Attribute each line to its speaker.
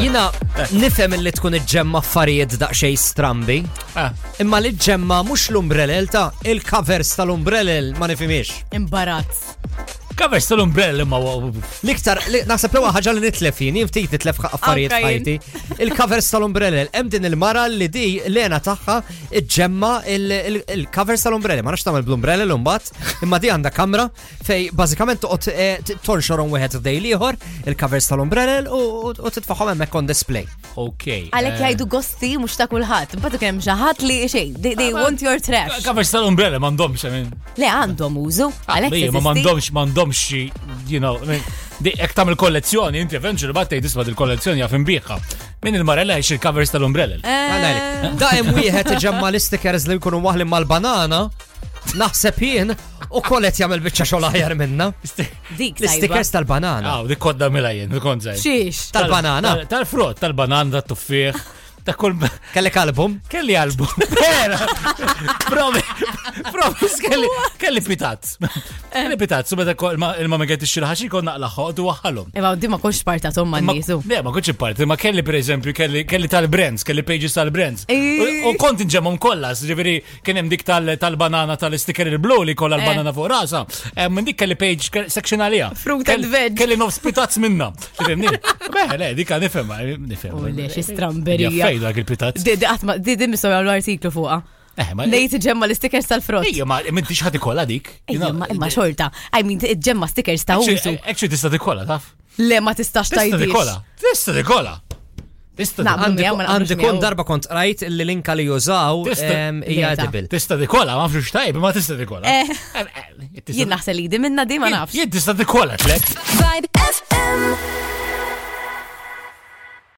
Speaker 1: Jina nifhem li tkun iġġemma affarijiet daqsxejn strambi,
Speaker 2: Ah,
Speaker 1: imma li ġemma mhux l-umbrellel ta' il-covers tal-umbrellel ma nifhimiex.
Speaker 3: Imbarazz.
Speaker 2: Kaver tal-umbrell imma
Speaker 1: L-iktar, li- naħseb li huwa ħaġa li nitlef jien, jien ftit nitlef ħa- affarijiet ħajti.
Speaker 3: Anka
Speaker 1: Il-covers tal-umbrellel, hemm din il-mara li di lena tagħha iġġemma il- il- il-covers tal-umbrellel, ma nafx tagħmel bl-umbrellel imbagħad, imma di għandha kamra fej bażikament toqgħod eh, t- tonxorhom wieħed dej ieħor il-covers tal-umbrellel u u- u titfaħħom hemmhekk on display.
Speaker 2: Ok. eh,
Speaker 3: Għalek jajdu gosti mux ta' kullħat. Bada kem xaħat li xej. They, they want your trash.
Speaker 2: Kaver tal-umbrell mandomx, I mean.
Speaker 3: Le għandhom użu. Għalek
Speaker 2: Ejja, Ah, ma
Speaker 3: jeżisti.
Speaker 2: mandomx, mandomx, xi, you know, I mean, di ek tamil kollezzjoni, inti eventually battej disma dil-kollezzjoni għaf imbiħa. Min il-marella jiex il-covers tal-umbrella.
Speaker 3: Eh,
Speaker 1: Da hemm wieħed iġemma l-istikers li jkunu waħli mal-banana, naħseb jien u kollet jagħmel biċċa xogħol aħjar minna.
Speaker 3: Dik sajba.
Speaker 1: L-istikers tal-banana.
Speaker 2: Aw, di kodda mela jien, konzaj.
Speaker 3: Xiex.
Speaker 1: Tal-banana.
Speaker 2: Tal-frott, tal-banana, tal-tuffiħ, ta' kull.
Speaker 1: Kellek album?
Speaker 2: Kelli album. Vera. Provi, provi, kelli, kelli pitazz. Kelli pitazz, u meta kol- ma- il-mamma għet ix-xirħaxi konna laħħod u waħħalhom.
Speaker 3: Ema, di Eh, ma konx parta tom man nisu.
Speaker 2: Le, ma kutx parti, ma kelli per eżempju, kelli, kelli tal-brands, kelli pages tal-brands.
Speaker 3: Eh.
Speaker 2: U kont inġemmom kollas, ġiviri, kienem dik tal- tal-banana tal-sticker il-blu li kolla l-banana fuq rasa. Eh, Minn dik kelli page ke- section għalija.
Speaker 3: Fruit
Speaker 2: Kelli-
Speaker 3: and veg.
Speaker 2: Kelli nof spitazz minna. Tifemni? Beh, le, dik għan nifem, nifem.
Speaker 3: U Oh, le, xie
Speaker 2: Jaffej
Speaker 3: stramberija.
Speaker 2: dak il-pitazz.
Speaker 3: Di di għatma, di di misow għallu artiklu fuqa.
Speaker 2: Eh, ma.
Speaker 3: Nejt ġemma l-stickers tal-frott.
Speaker 2: Ejja, ma, minn tix ħati kolla dik. You
Speaker 3: Ejja,
Speaker 2: know, eh,
Speaker 3: ma imma xorta. I mean, ġemma stickers ta' użu.
Speaker 2: actually- Actually, tista dikola, taf?
Speaker 3: Le ma tistax
Speaker 2: Tista
Speaker 3: tajdix.
Speaker 2: eh, dikola. Tista dikola. Tista
Speaker 3: Na,
Speaker 2: dikola.
Speaker 1: Għandi
Speaker 3: miegħu ma naqblux
Speaker 1: għandi kun
Speaker 3: miegħu.
Speaker 1: darba kont rajt li linka li jużaw
Speaker 2: Tista-
Speaker 1: em, hija
Speaker 3: Leta.
Speaker 1: dibil.
Speaker 2: Tista dikola, ma nafx tajb, ma tista dikola.
Speaker 3: Eh.
Speaker 2: Eh, eh, tista-
Speaker 3: Jien naħseb li di minna di ma nafx.
Speaker 2: Jien tista' tikkola tlek.
Speaker 4: Vibe FM.